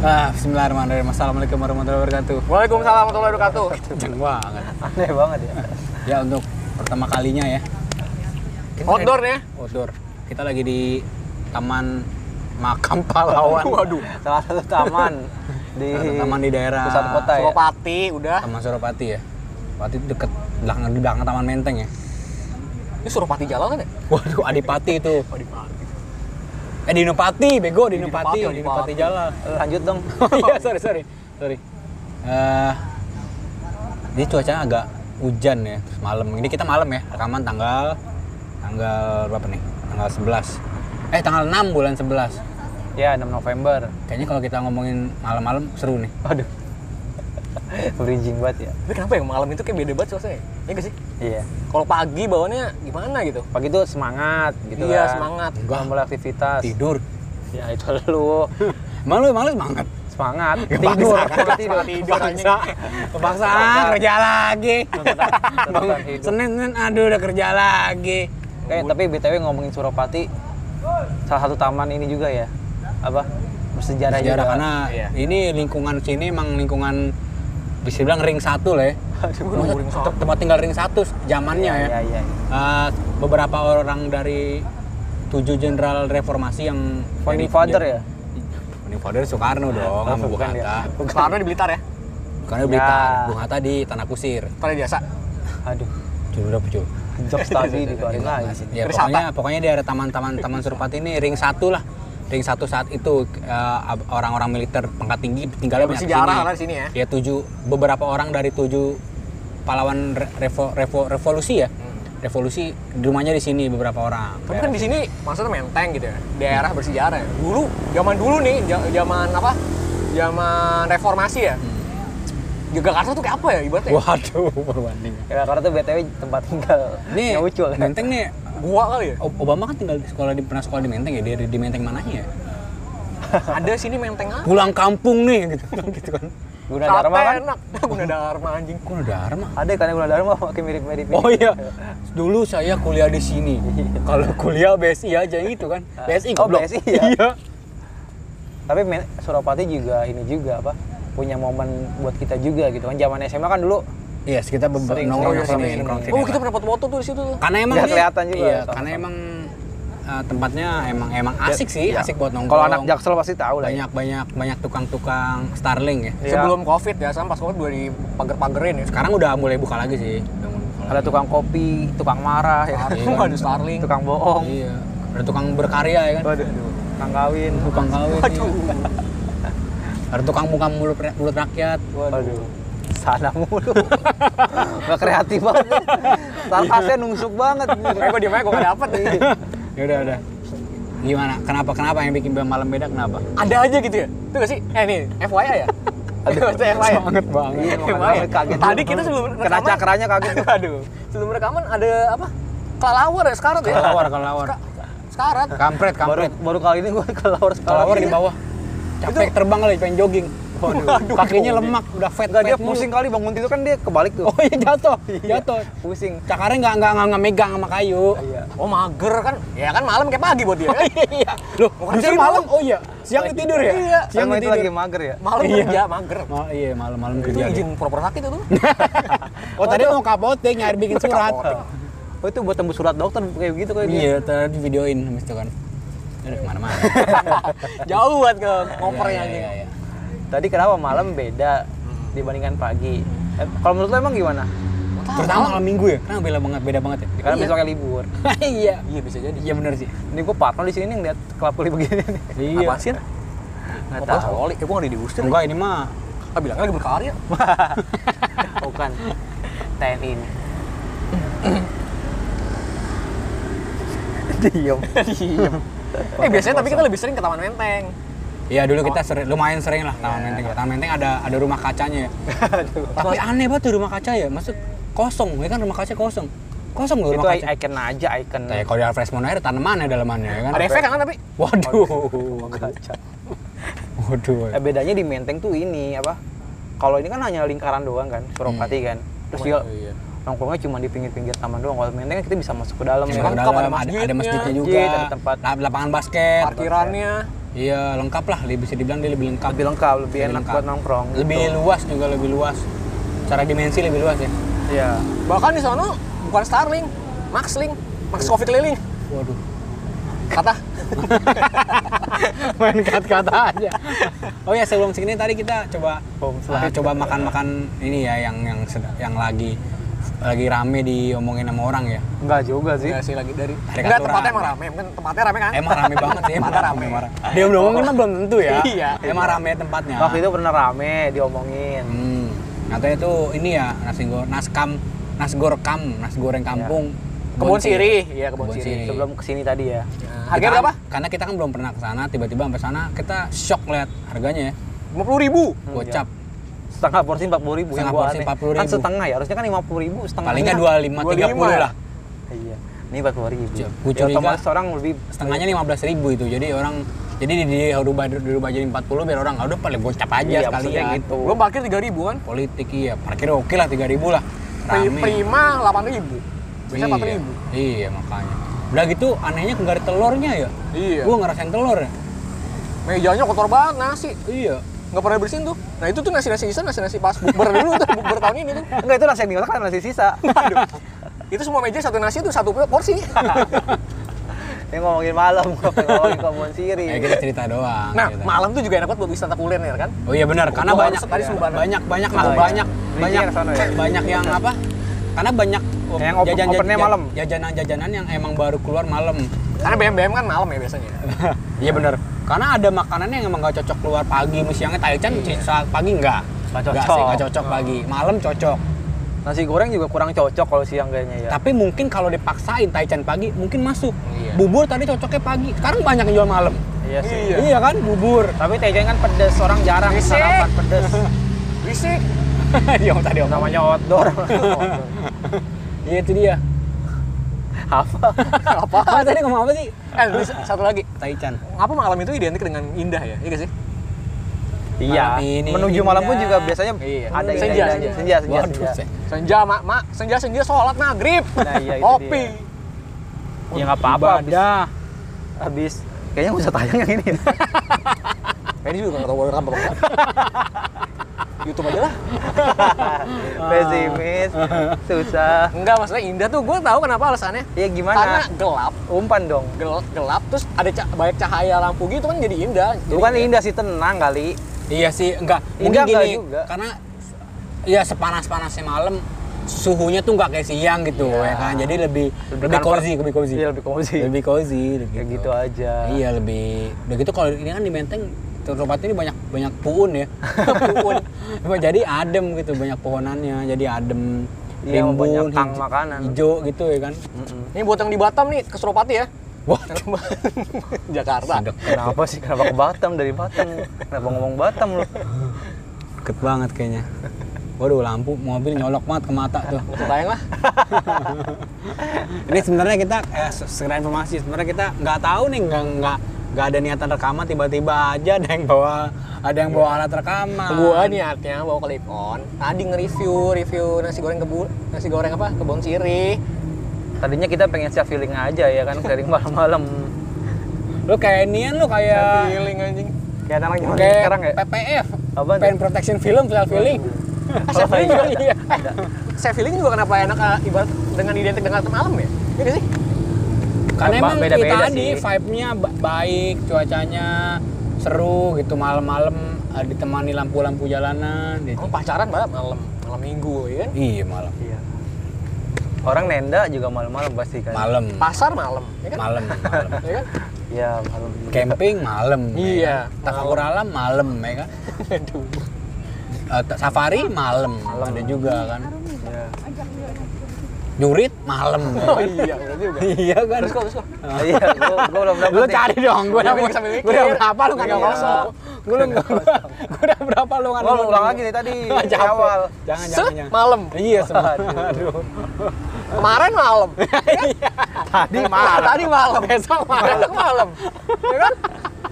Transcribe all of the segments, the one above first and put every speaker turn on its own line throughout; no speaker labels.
Ah, Bismillahirrahmanirrahim. Assalamualaikum warahmatullahi wabarakatuh.
Waalaikumsalam warahmatullahi wabarakatuh.
Kenceng banget.
Aneh banget ya.
Ya untuk pertama kalinya ya
Outdoor ya.
outdoor. Kita lagi di Taman Makam Pahlawan.
Waduh.
Salah satu taman di
Salah satu taman di daerah
pusat kota ya.
Suropati udah.
Taman Suropati ya. Suropati itu deket belakang di belakang Taman Menteng ya.
Ini Suropati Jalan kan ya?
Waduh, Adipati itu.
Suropati.
Eh Dinopati, bego
Dinopati,
Dinopati,
Adipati.
Dinopati Jala.
Lanjut dong.
Iya, sorry, sorry. Sorry. Eh jadi cuacanya agak hujan ya, terus malam. Ini kita malam ya, rekaman tanggal tanggal berapa nih? Tanggal 11. Eh, tanggal 6 bulan 11.
Ya 6 November.
Kayaknya kalau kita ngomongin malam-malam seru nih.
Aduh. Bridging banget ya.
Tapi kenapa ya malam itu kayak beda banget suasananya? Ya gak sih?
Iya.
Kalau pagi bawaannya gimana gitu?
Pagi tuh semangat gitu
iya,
kan.
semangat.
Enggak.
Mulai aktivitas.
Tidur.
Ya itu lu
Malu, malu semangat.
semangat.
Kepaksa,
Tidur,
kan?
Gua tidur.
Kepaksa. Kepaksa
Kepaksa.
Ah, kerja lagi.
Tuntutan- tuntutan
Bangun
hidup.
Senin, Senin, aduh udah kerja lagi.
Eh tapi BTW ngomongin Suropati salah satu taman ini juga ya. Apa? Bersejarah,
Sejarah
juga.
karena
Iya.
ini lingkungan sini emang lingkungan bisa bilang ring satu lah ya.
Aduh, ring satu.
Tem- tempat tinggal ring satu zamannya ya.
Iya, iya. iya.
Eh, beberapa orang dari tujuh jenderal reformasi yang
Founding
jadi-
father
jadi-
ya?
Founding father Soekarno dong, sama Bung
Bukan ya.
Hatta.
Karena di Blitar ya.
Soekarno di Blitar,
Ya.
Bung Hatta di Tanah Kusir.
Tanah biasa.
Aduh,
Cuy, udah cuy.
jokes tadi dikeluarin lagi.
Ya,
Terus
pokoknya pokoknya di daerah taman-taman Taman Surpati ini ring satu lah. Ring satu saat itu eh, ab- orang-orang militer pangkat tinggi tinggalnya banyak di
Bersejarah
sini.
karena di sini ya.
Ya tujuh beberapa orang dari tujuh pahlawan re- revo- revo- revolusi ya.
Hmm.
Revolusi di rumahnya di sini beberapa orang.
Tapi kan di sini maksudnya menteng gitu ya. Daerah bersejarah. ya. Dulu zaman dulu nih, ja- zaman apa? Zaman reformasi ya. Yogyakarta tuh kayak apa ya ibaratnya?
Waduh, perbandingan.
Ya, karena tuh BTW tempat tinggal
Nih,
yang ucul. ya.
Menteng nih
Gua kali ya.
Ob- Obama kan tinggal di sekolah di pernah sekolah di Menteng ya, dia di, di Menteng mananya ya?
Ada sini menteng apa?
Pulang kampung nih gitu. gitu kan.
Gunadarma
Sate
kan?
enak. Gunadarma anjing.
Kok ada Dharma?
Ada kan yang Gunadarma pakai mirip-mirip.
Oh iya. Dulu saya kuliah di sini. Kalau kuliah BSI aja gitu kan. BSI
Oh,
goblok.
BSI ya?
Iya.
Tapi Men- Suropati juga ini juga apa? Punya momen buat kita juga gitu kan. Zaman SMA kan dulu
Yes, kita Iya, be-
Sering,
nongkrong
sering,
sini,
sering.
nongkrong sini.
Oh, kita pernah foto-foto tuh di situ tuh.
karena emang
Nggak
ini-
kelihatan juga
Iya,
sama-sama.
karena emang eh, tempatnya emang emang asik sih,
Ya.
Iya. asik buat nongkrong.
Kalau anak Jaksel pasti tahu lah. ya.
banyak banyak banyak tukang-tukang Starling ya.
Iya.
Sebelum Covid ya, sama pas Covid gua di pager-pagerin ya.
Sekarang udah mulai buka lagi sih. Udah mulai buka lagi.
Ada tukang kopi, tukang marah, ya. kan?
Iya.
Waduh, Starling.
tukang bohong,
Iya. Ada tukang berkarya ya kan.
Waduh. tukang kawin.
tukang kawin iya.
Waduh.
ada tukang muka mulut mulut rakyat
Waduh. Sana mulu. Gak kreatif banget. Sarkasnya nungsuk banget.
Kayak Eh, gua diem aja, gua gak dapet
ya udah udah gimana kenapa kenapa yang bikin malam beda kenapa
Ada aja gitu ya? Itu gak sih? Eh nih, FYI ya? Aduh, itu FYI ya?
banget banget
FYI ya?
Kaget.
Tadi kita sebelum
Kena
rekaman
cakranya kaget.
Aduh, sebelum rekaman ada apa? Kelawar ya, sekarat ya?
kelawar kelawar
Ka- Sekarat
kampret
Baru,
kampret
baru kali ini gue kelawar sekolah.
kelawar di bawah capek terbang kali pengen jogging Waduh, kakinya lemak udah fat
Enggak dia
fat mulu.
pusing kali bangun tidur kan dia kebalik tuh.
oh iya jatuh jatuh
Pusing.
cakarnya nggak nggak nggak- nggak megang sama kayu
Iya.
Oh mager kan? Ya kan malam kayak pagi buat dia kan?
iya loh
Bukan
justru
dari
malam
malam.
oh iya siang lu tidur ya
Iya.
siang
Sama
lu
itu
tidur
lagi mager ya.
Malam
Iya.
kerja, mager
Ma- iya malam malam
Itu
kerja dia.
izin proper sakit itu
oh tadi mau kapoteng nyari bikin surat
Kapoteng.
Oh itu buat tembus surat dokter kayak begitu kayak gitu. dia.
Iya, tadi videoin habis itu kan. Udah kemana-mana.
Jauh banget ke kopernya
Iya,
ya, anjing
iya, iya.
Tadi kenapa malam beda dibandingkan pagi? Eh, Kalau menurut lo emang gimana?
Terutama malam minggu ya, kenapa beda banget, beda banget ya?
Karena
Iya.
besoknya libur.
Iya.
Iya bisa jadi
Iya benar sih.
Ini gue parno di sini ngeliat kelap kuli begini nih.
Iya.
Apaan sih?
Nggak
Nggak
tahu.
tahu. Eh, gua nggak diusir.
Enggak ini mah
Ah, bilangnya lagi berkarya.
Bukan. TNI ini. Diem.
eh, biasanya tapi kita lebih sering ke Taman Menteng.
Iya dulu
Oh.
kita sering, lumayan sering lah Taman Menteng. ya.
Iya.
Taman Menteng ada ada rumah kacanya ya. Tapi aneh banget tuh rumah kaca ya, maksud kosong, ya kan rumah kaca kosong. Kosong loh
Itu
rumah kaca.
icon aja, icon.
Ya, kalau di Alfred Monair tanamannya dalamannya ya kan.
Ada efek kan tapi?
Waduh.
Kaca.
Waduh.
Eh, bedanya di Menteng tuh ini apa? Kalau ini kan hanya lingkaran doang kan, Suropati kan. Terus dia
Hmm. Iya.
nongkrongnya cuma di pinggir-pinggir taman doang. Kalau Menteng kan kita bisa masuk ke dalam.
Yang
ya kan?
dalam,
lengkap, ada
ada, ada
masjidnya,
masjidnya juga,
masjid, ada tempat.
lap- lapangan basket,
Parkirannya.
Iya lengkap lah, lebih bisa dibilang dia lebih lengkap.
lebih lengkap lebih,
Lebih
enak
lengkap.
buat nongkrong
Lebih
gitu.
luas juga lebih luas. Cara dimensi lebih luas ya.
Iya.
Bahkan di sana bukan Starling, Maxling, Max Covid keliling.
Waduh.
Kata
Main kata-kata aja. Oh ya sebelum sini tadi kita coba
Home
ah, coba makan-makan ini ya yang yang sed- yang lagi lagi rame diomongin sama orang ya.
enggak juga sih
Enggak Iya sih lagi dari
Dari
Enggak
kantoran.
tempatnya emang rame, mungkin tempatnya rame kan?
Emang rame banget sih, emang
Tempatnya
rame.
rame. Oh,
Emang rame. Dia udah ngomongin mah belum tentu ya.
Iya.
Emang rame tempatnya.
waktu itu pernah rame diomongin
Hmm. Katanya itu ini ya nasi goreng naskam nasgorkam, nasi goreng kampung.
Iya. Kebun sirih, iya kebun
Kebun
sirih.
Siri.
sebelum kesini tadi ya
Nah,
Kita
harganya
kan-
berapa?
Karena kita kan belum pernah ke sana, tiba-tiba sampai sana kita shock lihat harganya ya.
50 ribu.
Hmm,
Gocap.
iya.
setengah porsi empat puluh ribu
Setengah porsi 40.000.
kan setengah ya harusnya kan lima puluh ribu setengah
Paling nggak 25 30
25
lah.
iya ini empat puluh ribu
Cu- ku
ya,
Iya, curiga-
otomatis orang lebih
Setengahnya 15 ribu itu. Jadi orang jadi di, di dirubah dirubah jadi 40 biar orang "Ah, udah paling gocap aja
iya,
sekali
maksudnya
ya.
gitu
Belum parkir 3 ribu kan?
Politik iya, parkir oke lah 3 ribu lah.
Pri-
Rame.
Prima 8 ribu. Biasanya 4
iya.
ribu.
Iya, makanya. Udah gitu anehnya nggak ada telurnya ya.
Iya.
Gua ngerasain telur ya.
Mejanya kotor banget nasi.
Iya.
Nggak pernah bersihin tuh. Nah itu tuh nasi-nasi sisa, nasi-nasi pas bukber dulu tuh, bukber tahun ini tuh.
enggak itu nasi yang dimasak kan nasi sisa
Itu semua meja satu nasi itu satu porsi.
yang ngomongin malam ngomongin kebun siri
Ya kita cerita doang.
Nah,
gitu.
malam tuh juga enak banget buat wisata kuliner kan?
Oh iya benar, karena
Gua
banyak
harus- tadi subuh
banyak
banget.
banyak banyak
Oh, iya.
banyak
Bikinnya
banyak
ke sana ya?
banyak yang apa? Karena banyak oh,
Yang open-
jajan-
opennya
jajan-
malam.
Jajanan-jajanan yang emang baru keluar malam.
Karena BM-BM kan malam ya biasanya.
Iya benar. Karena ada makanannya yang emang gak cocok keluar pagi, mesti siangnya Taichan saat pagi enggak.
Nggak
Nggak
Iya. cocok. Oh. Iya.
sih, nggak cocok pagi. Malam cocok.
nasi goreng juga kurang cocok kalau siang kayaknya ya
Tapi mungkin kalau dipaksain Taichan pagi mungkin masuk.
Iya.
Bubur tadi cocoknya pagi. Sekarang banyak yang jual malam.
iya sih
Iya.
Iya kan, bubur.
tapi Taichan kan pedes orang jarang
Risik.
sarapan pedes
Risik.
Iya tadi om.
namanya outdoor
Iya itu dia.
apa
Apa tadi ngomong apa sih?
Eh, terus satu lagi.
Taichan.
Apa malam itu identik dengan indah ya? Iya nggak sih?
iya
Malam Nah, ini
menuju malam pun
indah.
juga biasanya
Iya.
ada
Senja,
senja
senja.
senja senja,
Waduh,
senja.
saya-
Senja, mak, mak. Senja, senja, sholat maghrib.
Nah, iya, itu
Kopi.
dia. ya nggak apa-apa habis,
Ibadah.
habis kayaknya usah tayang yang ini ya.
Kayaknya juga nggak tahu orang apa enggak. YouTube aja lah.
pesimis susah
Enggak, maksudnya indah tuh gue tahu kenapa alasannya.
ya
Karena
gimana
gelap,
umpan dong
gelap, gelap terus ada ca- banyak cahaya lampu gitu kan jadi indah. Jadi
bukan indah sih tenang kali
Iya sih, enggak. Mungkin
Enggak, enggak
gini,
juga.
karena ya sepanas-panasnya malam suhunya tuh nggak kayak siang gitu ya
Iya.
kan. Jadi lebih lebih,
comfort.
cozy, lebih cozy.
Iya, lebih cozy.
Lebih cozy gitu.
ya gitu aja
Iya, lebih udah gitu kalau ini kan di Menteng tempatnya ini banyak banyak puun ya. puun. Cuma jadi adem gitu, banyak pohonannya, jadi adem.
Iya,
Rimbun,
banyak tang
hij-
makanan. Mm.
Hijau gitu ya kan.
Ini buat yang di Batam nih, ke Suropati ya.
Wah,
Jakarta.
sedek.
kenapa sih kenapa ke Batam dari Batam kenapa ngomong Batam lu
Deket banget kayaknya. Waduh, lampu mobil nyolok banget ke mata tuh.
Kita tayang lah.
Ini sebenarnya kita eh, se- segera informasi sebenarnya kita nggak tahu nih nggak nggak nggak ada niatan rekaman tiba-tiba aja ada yang bawa ada
Iya.
yang bawa alat rekaman.
gua niatnya bawa clip on tadi nge-review review nasi goreng kebu nasi goreng apa kebun sirih
tadinya kita pengen share feeling aja ya kan sharing malam-malam
Lu kayak nian lu kayak
feeling anjing
kayak anak zaman
kayak
sekarang ya
PPF.
Apaan
Pen Protection Film Self Feeling.
eh, saya feeling juga
Iya.
eh, saya feeling juga kenapa enak eh, ibarat dengan identik dengan malam ya iya nggak sih
Karena
Ba-
emang
beda-beda
kita tadi
sih.
vibe-nya ba- baik, cuacanya seru gitu malam-malam eh, ditemani lampu-lampu jalanan gitu.
Emang pacaran banget malam malam minggu ya kan
Iya malam.
Iya. orang nenda juga malam-malam pasti kan
Malam.
pasar malam ya kan
Malam. malam.
ya kan
ya malam
Camping malam. ya
Iya,
kan? Takakur alam malam ya kan.
aduh
Eh, t- safari malam, ada juga kan
ya.
nyurit malam ya
oh
kan?
iya bener juga
iya kan
terus kok terus kok
iya gua, gua belum dapat
lu
nih.
cari dong gue udah
Gua mikir sambil mikir.
gue udah berapa lu nggak ada
Iya.
kosong gue udah gue udah berapa lu nggak ada
Gua
kosong?
ulang lagi nih tadi di
Iya, Capek.
awal
jangan
Se
jangan jangan
malam
iya semua
Aduh.
kemarin malam
Iya,
tadi
malam
malam
tadi malam besok malam besok malam ya kan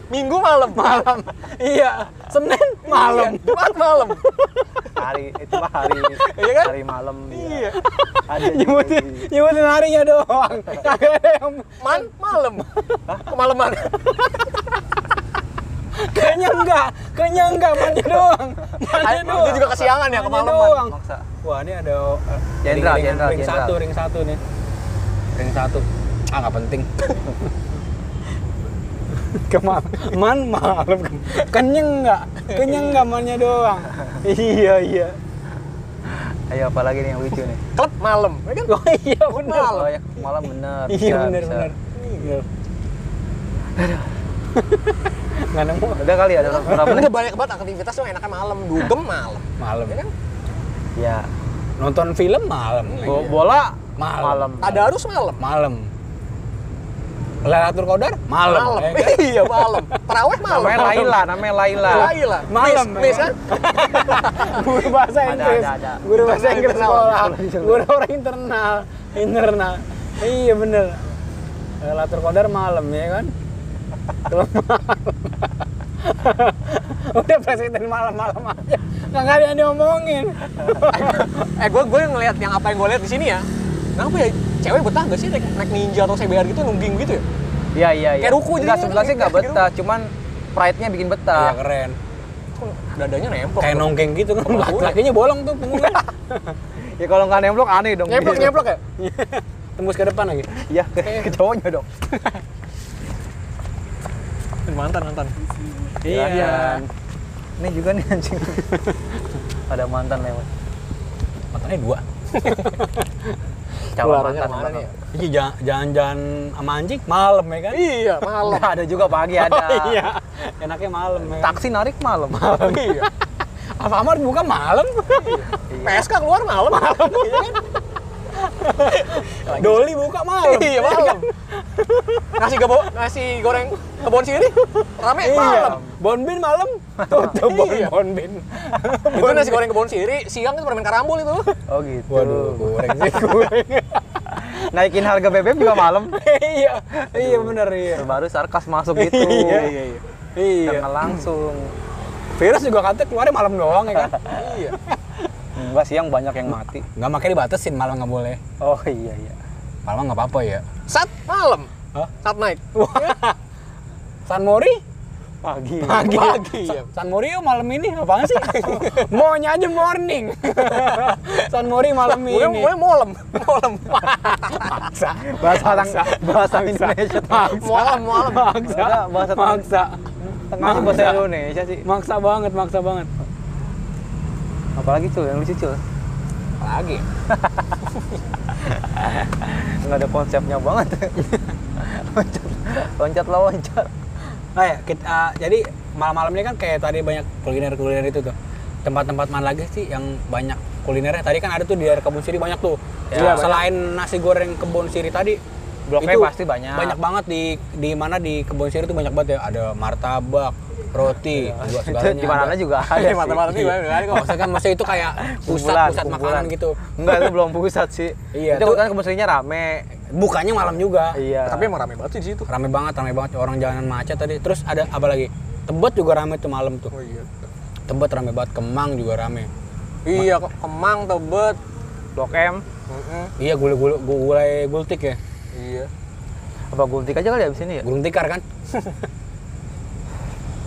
minggu malam malam
iya senin malam
jumat Iya. malam
hari itu mah hari
Iya kan?
hari malam
iya
iya. ada
nyebutin nyebutin harinya doang kagak ada yang
Man malam. Kemalaman.
Kayaknya enggak, kayaknya enggak mandi doang. Mandi
Ay, itu juga kesiangan ya
Mandi
kemalaman.
doang.
Maksa.
Wah ini ada eh,
Jenderal,
ring- ringan-
jenderal,
ring
jenderal.
satu, ring satu nih. Ring satu. Ah nggak penting. Kemal, man malam kenyang nggak, kenyang nggak mannya doang. iya iya.
Ayo apalagi nih yang lucu nih.
Klub malam. Ya kan?
Oh iya benar.
Malam.
Oh ya malam bener.
Iya
bisa,
benar
bisa.
benar. Iya. Nggak nemu
Udah kali ya dalam berapa
Ini
menit?
banyak banget aktivitas yang enaknya malam, dugem malam.
malam.
Ya kan?
Ya.
Nonton film malam. Oh,
Bo- bola
Iya. Malam.
malam.
Tadarus malam.
Malam. Lailatul Qadar malam.
Malam.
ya kan?
Iya, malam. Tarawih malam.
Namanya Laila, namanya Laila.
Laila.
Malam,
Miss, miss,
ya
kan?
kan? guru bahasa
Ada,
Inggris
ada, ada.
guru bahasa
Internal,
Inggris
internal.
sekolah guru orang internal internal iya bener Latur Qadar malam ya kan Kalau malam. udah presiden malam-malam aja nggak ada yang diomongin
Eh, gue gue ngelihat yang apa yang gue lihat di sini ya. Kenapa ya cewek betah gak sih naik, naik ninja atau CBR gitu nungging gitu ya?
Iya, iya, iya.
Kayak ruku jadinya,
Enggak, sebelah sih enggak
kayak gitu.
betah, cuman pride-nya bikin
Iya
betah.
keren
Kok Dadanya nempel.
kayak nongkeng gitu kan laki-lakinya bolong tuh punggungnya
Ya kalau nggak nemplok aneh dong.
Nyeplok nyeplok ya?
tembus ke depan lagi
Iya, ke, ke cowoknya dong.
Mantan mantan.
Iya.
Jalan. Iya. Ini juga nih anjing. Ada mantan lewat.
matanya dua
Calon
Keluarannya
mantan.
kemana nih ya?
Iya, jangan- jangan-jangan sama anjing malam ya kan
Iya, malam.
Nggak Oh, ada juga pagi ada.
Oh, iya enaknya malam ya kan?
Taksi narik malam.
Iya.
Alfamart buka malam
PSK keluar malam. Malam.
Doli buka malam.
Iya, malam. Nasi gebo, nasi goreng kebon sini rame malam.
Malam. Bonbin malam. Tutup Iya. bon
Iya.
Bonbin.
Itu nasi goreng kebon siri, siang itu permen karambol itu.
Oh gitu.
Waduh, goreng sih goreng.
Naikin harga BBM juga malam.
iya, iya bener iya.
Baru sarkas masuk gitu.
Iya, iya,
iya.
Iya.
Karena langsung.
Virus juga katanya keluarnya malam doang ya kan?
Iya.
Enggak siang banyak yang mati.
Nggak makanya dibatasin malam nggak boleh.
Oh iya iya.
Malam nggak apa-apa ya.
Sat malam.
Hah?
Sat night.
San Mori?
Pagi.
Pagi.
Pagi,
Sa-
iya.
San Mori yuk malam ini apaan sih? Maunya aja morning. San Mori malam ini.
Gue gue malam, malam.
Maksa.
Bahasa orang bahasa Indonesia.
Malam, malam.
Maksa.
Enggak, bahasa
Maksa.
Tengahnya bahasa Indonesia sih.
Maksa banget, maksa banget.
Apalagi cul yang lucu cul.
Lagi.
Enggak ada konsepnya banget. loncat loncat lah loncat.
Nah ya, kita, uh, jadi malam-malam ini kan kayak tadi banyak kuliner-kuliner itu tuh. Tempat-tempat mana lagi sih yang banyak kulinernya? Tadi kan ada tuh di daerah Kebun Siri banyak tuh.
Ya,
Nah, Selain nasi goreng Kebun Siri tadi,
Blok
itu
M pasti banyak.
Banyak banget di di mana di Kebun Siri tuh banyak banget ya. Ada martabak, roti, Iya. juga segalanya.
Di mana
ada.
juga Iya. ada.
Ada
sih.
mata-mata nih, banyak banget kok.
Maksudnya kan maksudnya itu kayak
Kumpulan,
pusat-pusat
kumpulan.
makanan gitu.
Enggak, itu belum pusat sih.
Iya,
Itu
tuh-
kan kemudiannya rame.
Bukannya malam juga.
Iya.
Tapi emang rame banget sih di situ.
Rame banget, rame banget orang jalanan macet tadi. Terus ada apa lagi? Tebet juga rame tuh malam tuh.
Oh iya.
Tebet rame banget, Kemang juga rame.
Iya, Ke- Kemang, Tebet.
Blok M
Mm-mm.
Iya gulai gulai gulai gultik ya,
Iya.
apa gultik aja kali abis ini ya?
gulung tikar kan.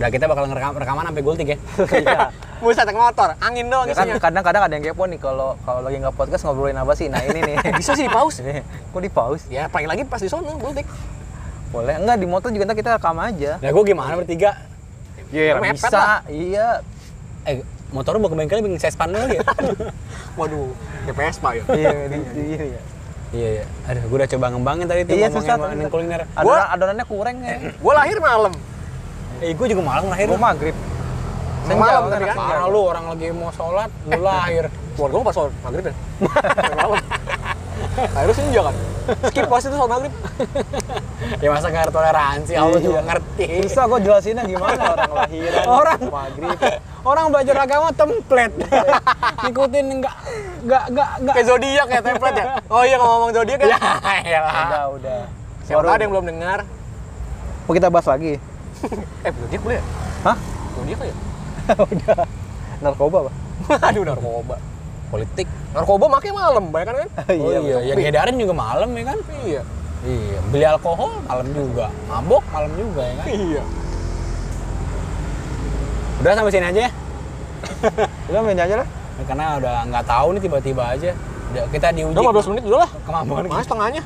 Udah kita bakal ngerekam rekaman sampai gultik ya.
Iya.
Buset, naik motor, angin doang
Ya kan
isinya.
kadang-kadang ada yang kepo nih kalau kalau lagi nggak podcast ngobrolin apa sih? Nah ini nih.
Bisa sih di pause.
Ini, Kok di pause?
Ya, paling lagi pas di sono, gultik.
Boleh. Enggak di motor juga ntar kita rekam aja.
Lah gue gimana bertiga?
Iya,
mepet lah.
bisa. Iya.
Eh motor lu mau ke bengkel bikin sespan dulu ya.
Waduh, ya Vespa ya.
Iya, di- di- iya.
iya iya. Aduh gue udah coba ngembangin tadi tuh
Iya,
ngomongin
susah
ngomongin
ternyata.
kuliner.
Adonan, adonannya kurang ya.
Gue lahir malam.
Eh gue juga malam lahir.
Gue maghrib. Senja,
Malam
kan
tapi
anak
kan?
senja.
Parah lu orang lagi mau sholat lu lahir.
Keluarga gue pas soal maghrib ya. Malam. Lahir senja kan. Skip pasti itu soal maghrib.
ya masa gak ada toleransi Allah
Iya.
juga ngerti.
Susah gue jelasinnya gimana orang lahiran,
Orang.
maghrib.
Oh,
orang belajar agama template. Ngikutin enggak enggak enggak enggak.
Kayak zodiak ya, template ya. Oh iya, ngomong zodiak
Ya
ya.
elah.
Udah, udah.
Siapa
Baru-
tahu ada yang belum dengar.
Mau kita bahas lagi?
Eh, zodiak boleh ya?
Hah?
Zodiak ya?
udah. Narkoba, Pak?
Aduh, narkoba.
Politik.
Narkoba makanya malam, banyak kan?
Oh iya, yang edarin juga malam ya kan?
Iya.
Iya, beli alkohol malam juga, mabok malam juga ya kan?
Iya.
Udah sampai sini aja ya.
Udah main aja lah.
Karena udah nggak tahu nih tiba-tiba aja. Udah, kita diuji
Udah 15 menit dulu lah.
kemampuan
Mana
kita,
setengahnya?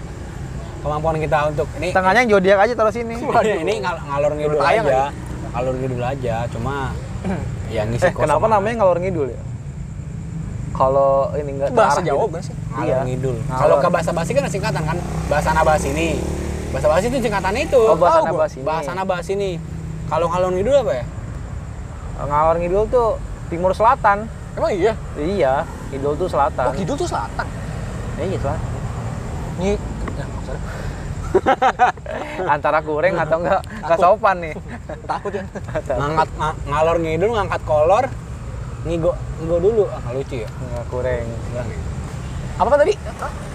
kemampuan kita untuk ini
Tengahnya zodiak aja taruh sini. Eh,
ini, ini ngal- ngalor ngidul
Tayang
aja. Ngalor ngidul aja, cuma ya ngisi
Eh, kenapa
kosongan.
namanya ngalor ngidul ya? Kalau ini gitu. enggak
Itu bahasa Jawa bukan sih?
Ngalor gitu. ngidul.
Ngalor.
Iya. Kalau ke bahasa basi kan ada singkatan kan? Bahasa nabas ini. Bahasa basi itu singkatan itu.
Oh, bahasa
Tahu gua.
nabas ini.
Bahasa nabas ini. Kalau ngalor ngidul apa ya?
Ngalor ngidul tuh timur selatan.
Emang iya?
Iya, ngidul tuh selatan.
Oh, Kidul tuh selatan.
Eh, Iya, selatan.
Ini nah, nggak usah.
Antara kuring atau enggak enggak sopan nih.
takut ya.
Ngangkat nga- ngalor ngidul ngangkat kolor ngigo ngigo dulu. Ah, nggak lucu ya.
Enggak kuring.
Bilang ya.
Apa tadi?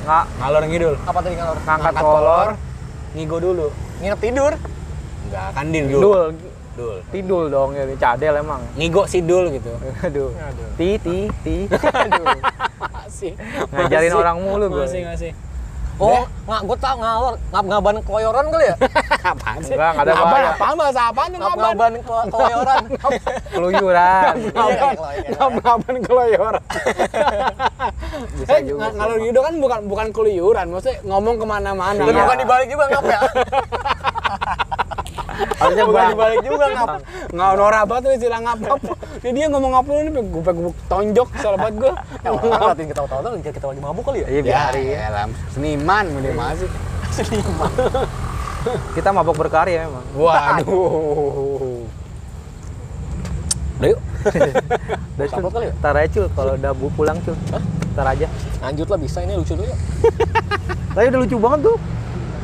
Nggak
Ngalor ngidul.
Apa tadi kalau
ngangkat kolor,
ngigo dulu.
nginep tidur?
Enggak, kan dil dul.
dul,
Dul.
tidul dong ya, cadel emang.
Ngigo sidul gitu.
Aduh.
Aduh.
Ti ti ti. Aduh.
Masih.
Ngajarin orang mulu gue.
Masih, masih.
Oh, nggak gue tau ngalor ngap ngaban koyoran kali ya?
apaan sih?
Enggak, nggak ada
Ngaban,
bahaya.
apaan bahasa apaan tuh
ngap
ngaban?
ngaban ko- koyoran.
Keluyuran.
Iya,
Ngaban, ngaban keluyuran.
Bisa
Eh,
juga.
nga- ngalor ngidul kan bukan bukan keluyuran, maksudnya ngomong kemana-mana.
Tapi
Iya.
bukan dibalik juga ngap ya?
Harusnya
bukan
bang.
dibalik juga ngap.
Nggak norak banget tuh istilah ngapap. Ini dia ngomong ngapap ini gue gue tonjok salah banget gue.
Ya, orang ngeliatin ketawa-tawa tuh kita lagi mabuk kali ya?
Iya, biarin.
elah. seniman gede masih.
Seniman.
Kita mabok ya berkarya memang.
Waduh. Udah yuk.
Udah cul,
Takut kali ya?
tar aja cul, kalau udah bu pulang cul, tar aja.
Lanjut lah bisa ini lucu dulu ya.
Tapi udah lucu banget tuh.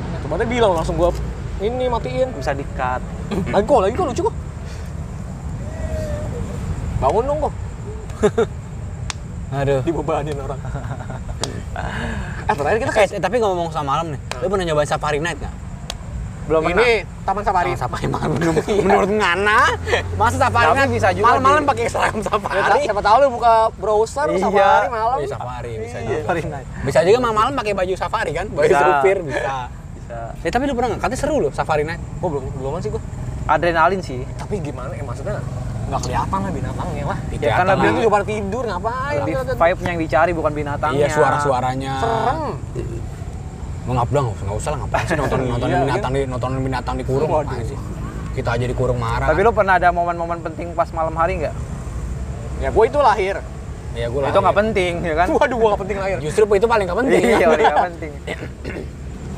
Ya, Kemarin bilang langsung gua ini matiin.
Bisa dikat.
Lagi kok, lagi kok lucu kok. Bangun dong kok,
Aduh.
dibebanin orang. eh terakhir kita kayak
Eh, tapi ngomong sama malam nih. Lu pernah nyobain Safari Night nggak?
Belum
ini Taman Safari.
Orang Safari malam menurut, menurut Ngana. Masa Safari
Tapi
Night
bisa juga
malam-malam
di-
pakai seragam
Ya,
Safari.
siapa tahu lu buka browser
Iya.
Safari malam.
Iya, Safari bisa
enak.
juga.
Safari night.
Bisa juga malam-malam pakai baju Safari kan? Baju
Bisa.
supir bisa.
Bisa.
Eh tapi lu pernah nggak? Katanya seru loh Safari Night.
Gua Oh, belum belum sih gua.
Adrenalin sih.
Tapi gimana ya maksudnya nggak kelihatan lah binatangnya lah.
Tidak tahu.
kan
Ya,
lebih-
Binatang juga pada tidur ngapain?
Di
Ada- ada-
vibe-nya yang dicari bukan binatangnya.
Iya suara-suaranya.
Serem.
Mau ngap dong, nggak usah lah ngapain sih nonton nonton
Iya,
binatang di nonton binatang dikurung
Waduh.
apaan sih? Kita aja dikurung marah.
Tapi lu pernah ada momen-momen penting pas malam hari nggak?
Ya gua itu lahir.
ya gua
Itu
lahir.
nggak penting ya kan?
Waduh, gua nggak penting lahir.
Justru itu paling gak penting.
Iya,
kan?
paling nggak penting.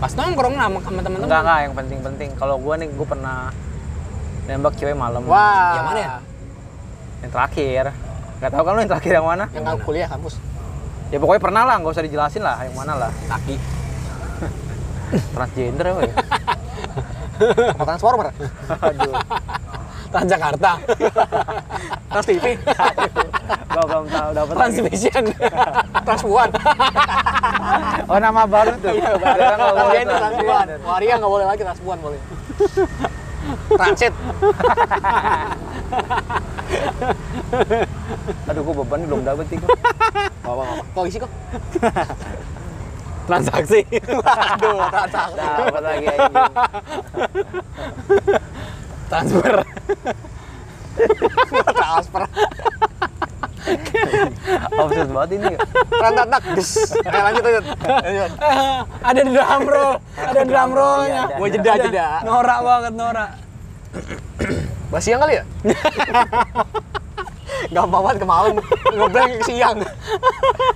Pas nongkrong lah sama sama teman-teman.
Enggak enggak yang penting-penting. Kalau gua nih gua pernah nembak cewek malam.
Wah.
Yang mana ya?
Yang terakhir. Gak tau kan lu yang terakhir yang mana?
Yang kalau kuliah kampus.
Ya pokoknya pernah lah, nggak usah dijelasin lah yang mana lah.
Taki.
Transgender apa ya?
Apa Transformer?
Aduh,
Transjakarta.
Trans TV?
gua belum tahu dapat.
Transmission.
Transpuan?
Oh nama baru tuh. Sekarang nggak boleh
Transgender, transpuan.
transgender.
Waria nggak boleh lagi transpuan boleh. Transit.
Aduh, gua beban belum dapet sih. gua.
Apa apa? Kok isi kok?
Transaksi.
Aduh, transaksi.
Dapat lagi anjing.
Transfer.
Transfer.
Absurd banget ini.
Transatak. Ges. Ayo lanjut lanjut. Lanjut.
Eh, ada drum roll, ada drum rollnya.
Iya, ada,
Gua jeda jeda.
Norak banget norak.
Bah siang kali ya? Gampang banget ke malam, ngeblank ke siang.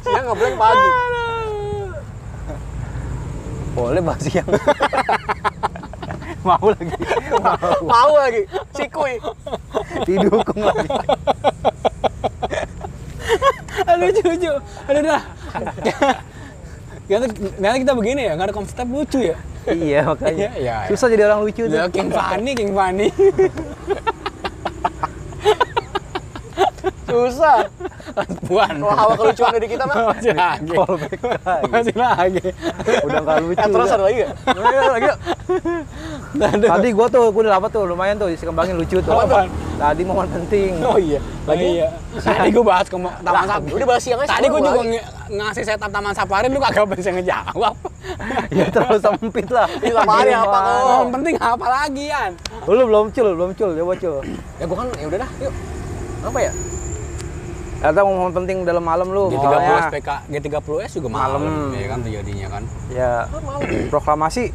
Siang ngeblank pagi.
Boleh bahas yang. Mau lagi. Mau.
Mau lagi, sikui.
Didukung lagi.
Aduh Ah, lucu, aduh dah. Nanti, nanti kita begini ya, nggak ada konsep lucu ya.
Iya
Iya,
makanya.
iya, iya.
Susah jadi orang lucu tuh.
Ya, King Fani, King Fani.
Susah.
Buan.
Kalau hawa kelucuan dari kita mah.
Masih lagi.
Callback lagi.
Masih lagi.
Udah nggak lucu.
Eh, terus
udah.
ada lagi ya?
lagi.
Aduh.
Tadi gua tuh gua udah dapat tuh lumayan tuh dikembangin lucu tuh.
Apaan?
Tadi momen penting.
Oh iya.
Lagi ya. Tadi gue bahas ke Taman
Lah,
Safari.
udah bahas siang aja.
Tadi gue
gua
juga
lagi.
nge- ngasih setup Taman Safari, lu kagak bisa ngejawab.
ya terlalu sempit lah.
Iya, mari apa
Gimana?
Oh.
Oh, penting apa lagi, An?
Lu belum cul, belum cul, coba cul.
Ya gue kan, ya udah dah, yuk.
apa ya?
Atau momen penting dalam malam lu.
G30S
pokoknya.
PK G30S juga malam,
Oh, ya. Malam.
ya kan terjadinya kan.
Ya.
Kan malam.
Proklamasi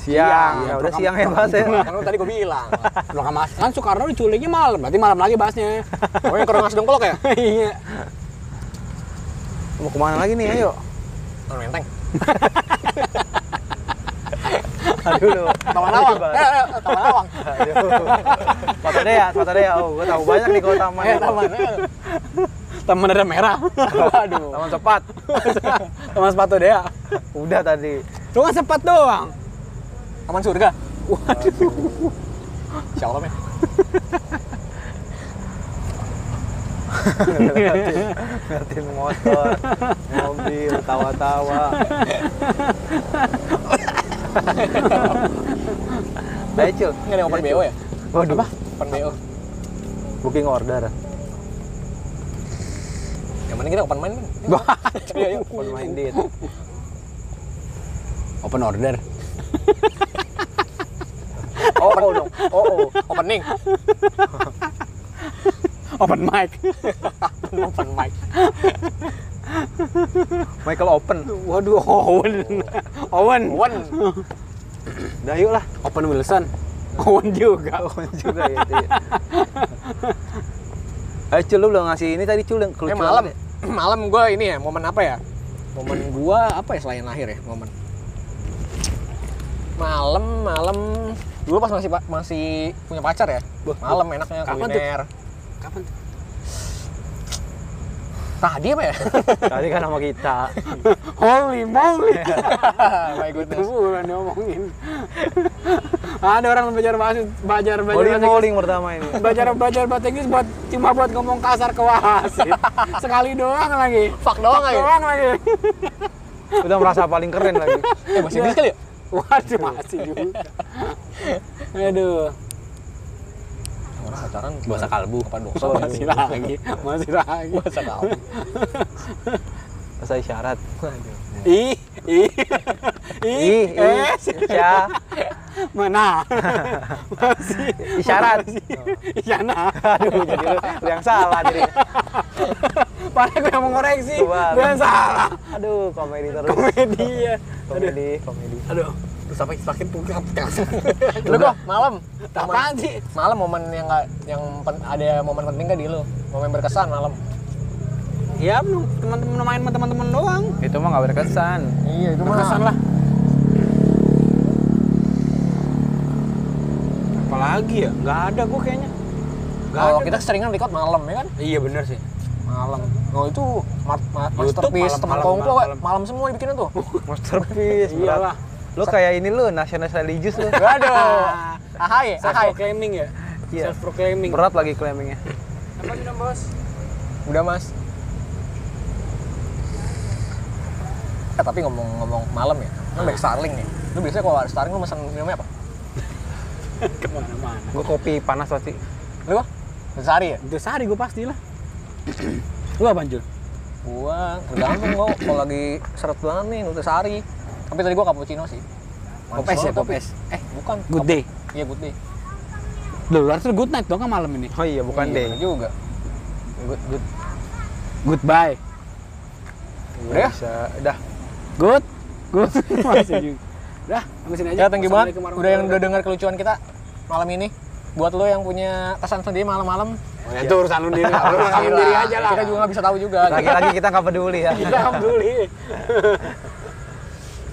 Iya,
Siang.
siang. Ya udah siang ya bahas ya.
kan lu tadi gue bilang.
Proklamasi kan Soekarno diculiknya malam, berarti malam lagi bahasnya.
Oh yang kerang dongkolok ya?
Iya.
Mau kemana lagi nih ayo.
Orang menteng.
Aduh lu.
Taman lawang. Eh, eh, taman lawang.
Aduh. Mata deh ya, mata deh ya. Oh, gue tahu banyak nih kalau taman.
Eh, taman. eh.
Teman ada merah. Waduh.
Taman cepat.
Teman sepatu dia.
Udah tadi.
Cuma sepatu doang.
Taman surga. Waduh. Insya Allah, men.
Ngeliatin motor, mobil, tawa-tawa. Ayo Cil.
Nggak ada yang open BO ya?
Waduh.
Open BO.
Booking order.
Yang penting kita open mind, men. Iya, iya.
Open minded.
Open order.
Oh, oh dong. Oh, oh.
Opening.
Open mic.
Open mic.
Michael open.
Waduh, Owen. Owen.
One.
Udah yuk lah.
Open Wilson. Owen juga.
Open juga ya. itu ya. Ayo Cil, lu belum ngasih ini tadi Cil. yang
Eh,
kelucuan
malam.
ya.
Malam gue ini ya, momen apa ya? Momen gua apa ya selain lahir ya, momen. Malam, malam. Dulu pas masih pa- masih punya pacar ya. Malam enaknya
kapan tuh?
kuliner.
Kapan?
Tadi apa ya?
Tadi kan sama kita.
Holy moly.
Iya.
My
Itu
goodness.
bukan diomongin. Ada orang belajar bahasa belajar belajar
Bowling
bahasa
bowling pertama ini.
belajar belajar bahasa Inggris buat cuma buat ngomong kasar ke wasit sekali doang lagi
Fuck doang aja.
doang lagi
Udah merasa paling keren lagi.
Eh, bahasa Inggris kali ya?
waduh masih juga aduh
Orang pacaran
bahasa kalbu
apa dosa?
Oh,
masih lagi masih lagi
Bahasa tahu.
Bahasa isyarat.
ih ih ih
Ih, ih,
eh
ya,
mana masih Iya, nah.
isyarat.
Isyana
Aduh, jadi lu, lu yang salah jadi.
padahal gue yang mengoreksi
Coba.
gue yang salah
Aduh, komedi terus.
komedia
Komedi, komedi.
aduh terus apa semakin pungkak
Lu kok malam?
apaan sih
Malam momen yang nggak yang pen- ada momen penting gak di lu? Momen berkesan malam.
ya belum teman-teman main sama teman-teman doang
Itu mah nggak berkesan.
Iya, itu
berkesan lah apalagi ya nggak ada gue kayaknya nggak
Kalau
ada
kita seringan record malam ya kan?
iya bener sih
Malam. Oh itu mar- mar-
YouTube
masterpiece
malam-
teman
malam-
kongko
malam.
malam. malam semua dibikinnya tuh.
Masterpiece.
Iyalah.
Iyalah. Lu kayak ini lu, nasionalis religius lu.
Waduh. Ahai,
self
ahai.
proclaiming ya
Iya.
self proclaiming
Berat lagi claimingnya.
apa minum bos
Udah, Mas. Eh, tapi ngomong-ngomong malam ya, lu baik Starling nih. Lu biasanya kalau ada Starling lu pesan minumnya apa?
kemana-mana
Gue kopi panas pasti.
Lu apa? Sari ya?
itu sehari gue pastilah lu apa Jul?
Gua tergantung gua kalau lagi seret banget nih Nutrisari. Tapi tadi gua cappuccino sih. Manis
Kopes ya,
banget kopi.
kopes.
Eh, bukan.
good day
Kap- Iya, good day.
lu harusnya good night dong kan malam ini
Oh iya, bukan
Iya,
deh.
bener juga. Good, good.
goodbye
Udah ya?
Bisa. Dah.
good good masih juga dah sampai sini aja
Ya, thank you banget.
Assalamualaikum Iya,
Udah yang
warahmatullahi
udah dengar kelucuan kita malam ini. Buat lo yang punya kesan sendiri malam-malam,
Oh, ya, itu urusan lu sendiri lah. Lu urusan lu
gila.
sendiri aja lah.
Kita juga nggak bisa tahu juga. gitu.
Lagi-lagi kita nggak peduli ya.
Kita peduli.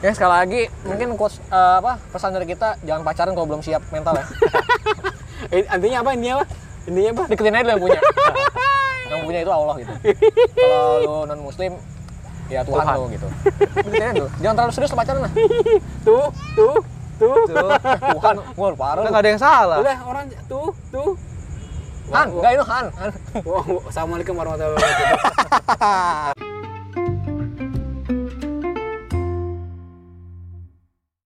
Ya sekali lagi mungkin quotes, eh, apa pesan dari kita jangan pacaran kalau belum siap mental ya.
Eh, Intinya apa? Intinya apa? Intinya apa?
Deketin aja dulu yang punya. yang punya itu Allah gitu. Kalau lu non muslim ya Tuhan,
Tuhan.
lo gitu. Deketin aja dulu. Jangan terlalu serius nah. lo pacaran lah.
Tuh, tuh, tuh.
Tuh.
Tuhan, gua parah. lu.
Lu nggak ada yang salah.
Udah orang tuh, tuh.
Han, enggak itu Han. Han.
Wow, Assalamualaikum warahmatullahi wabarakatuh.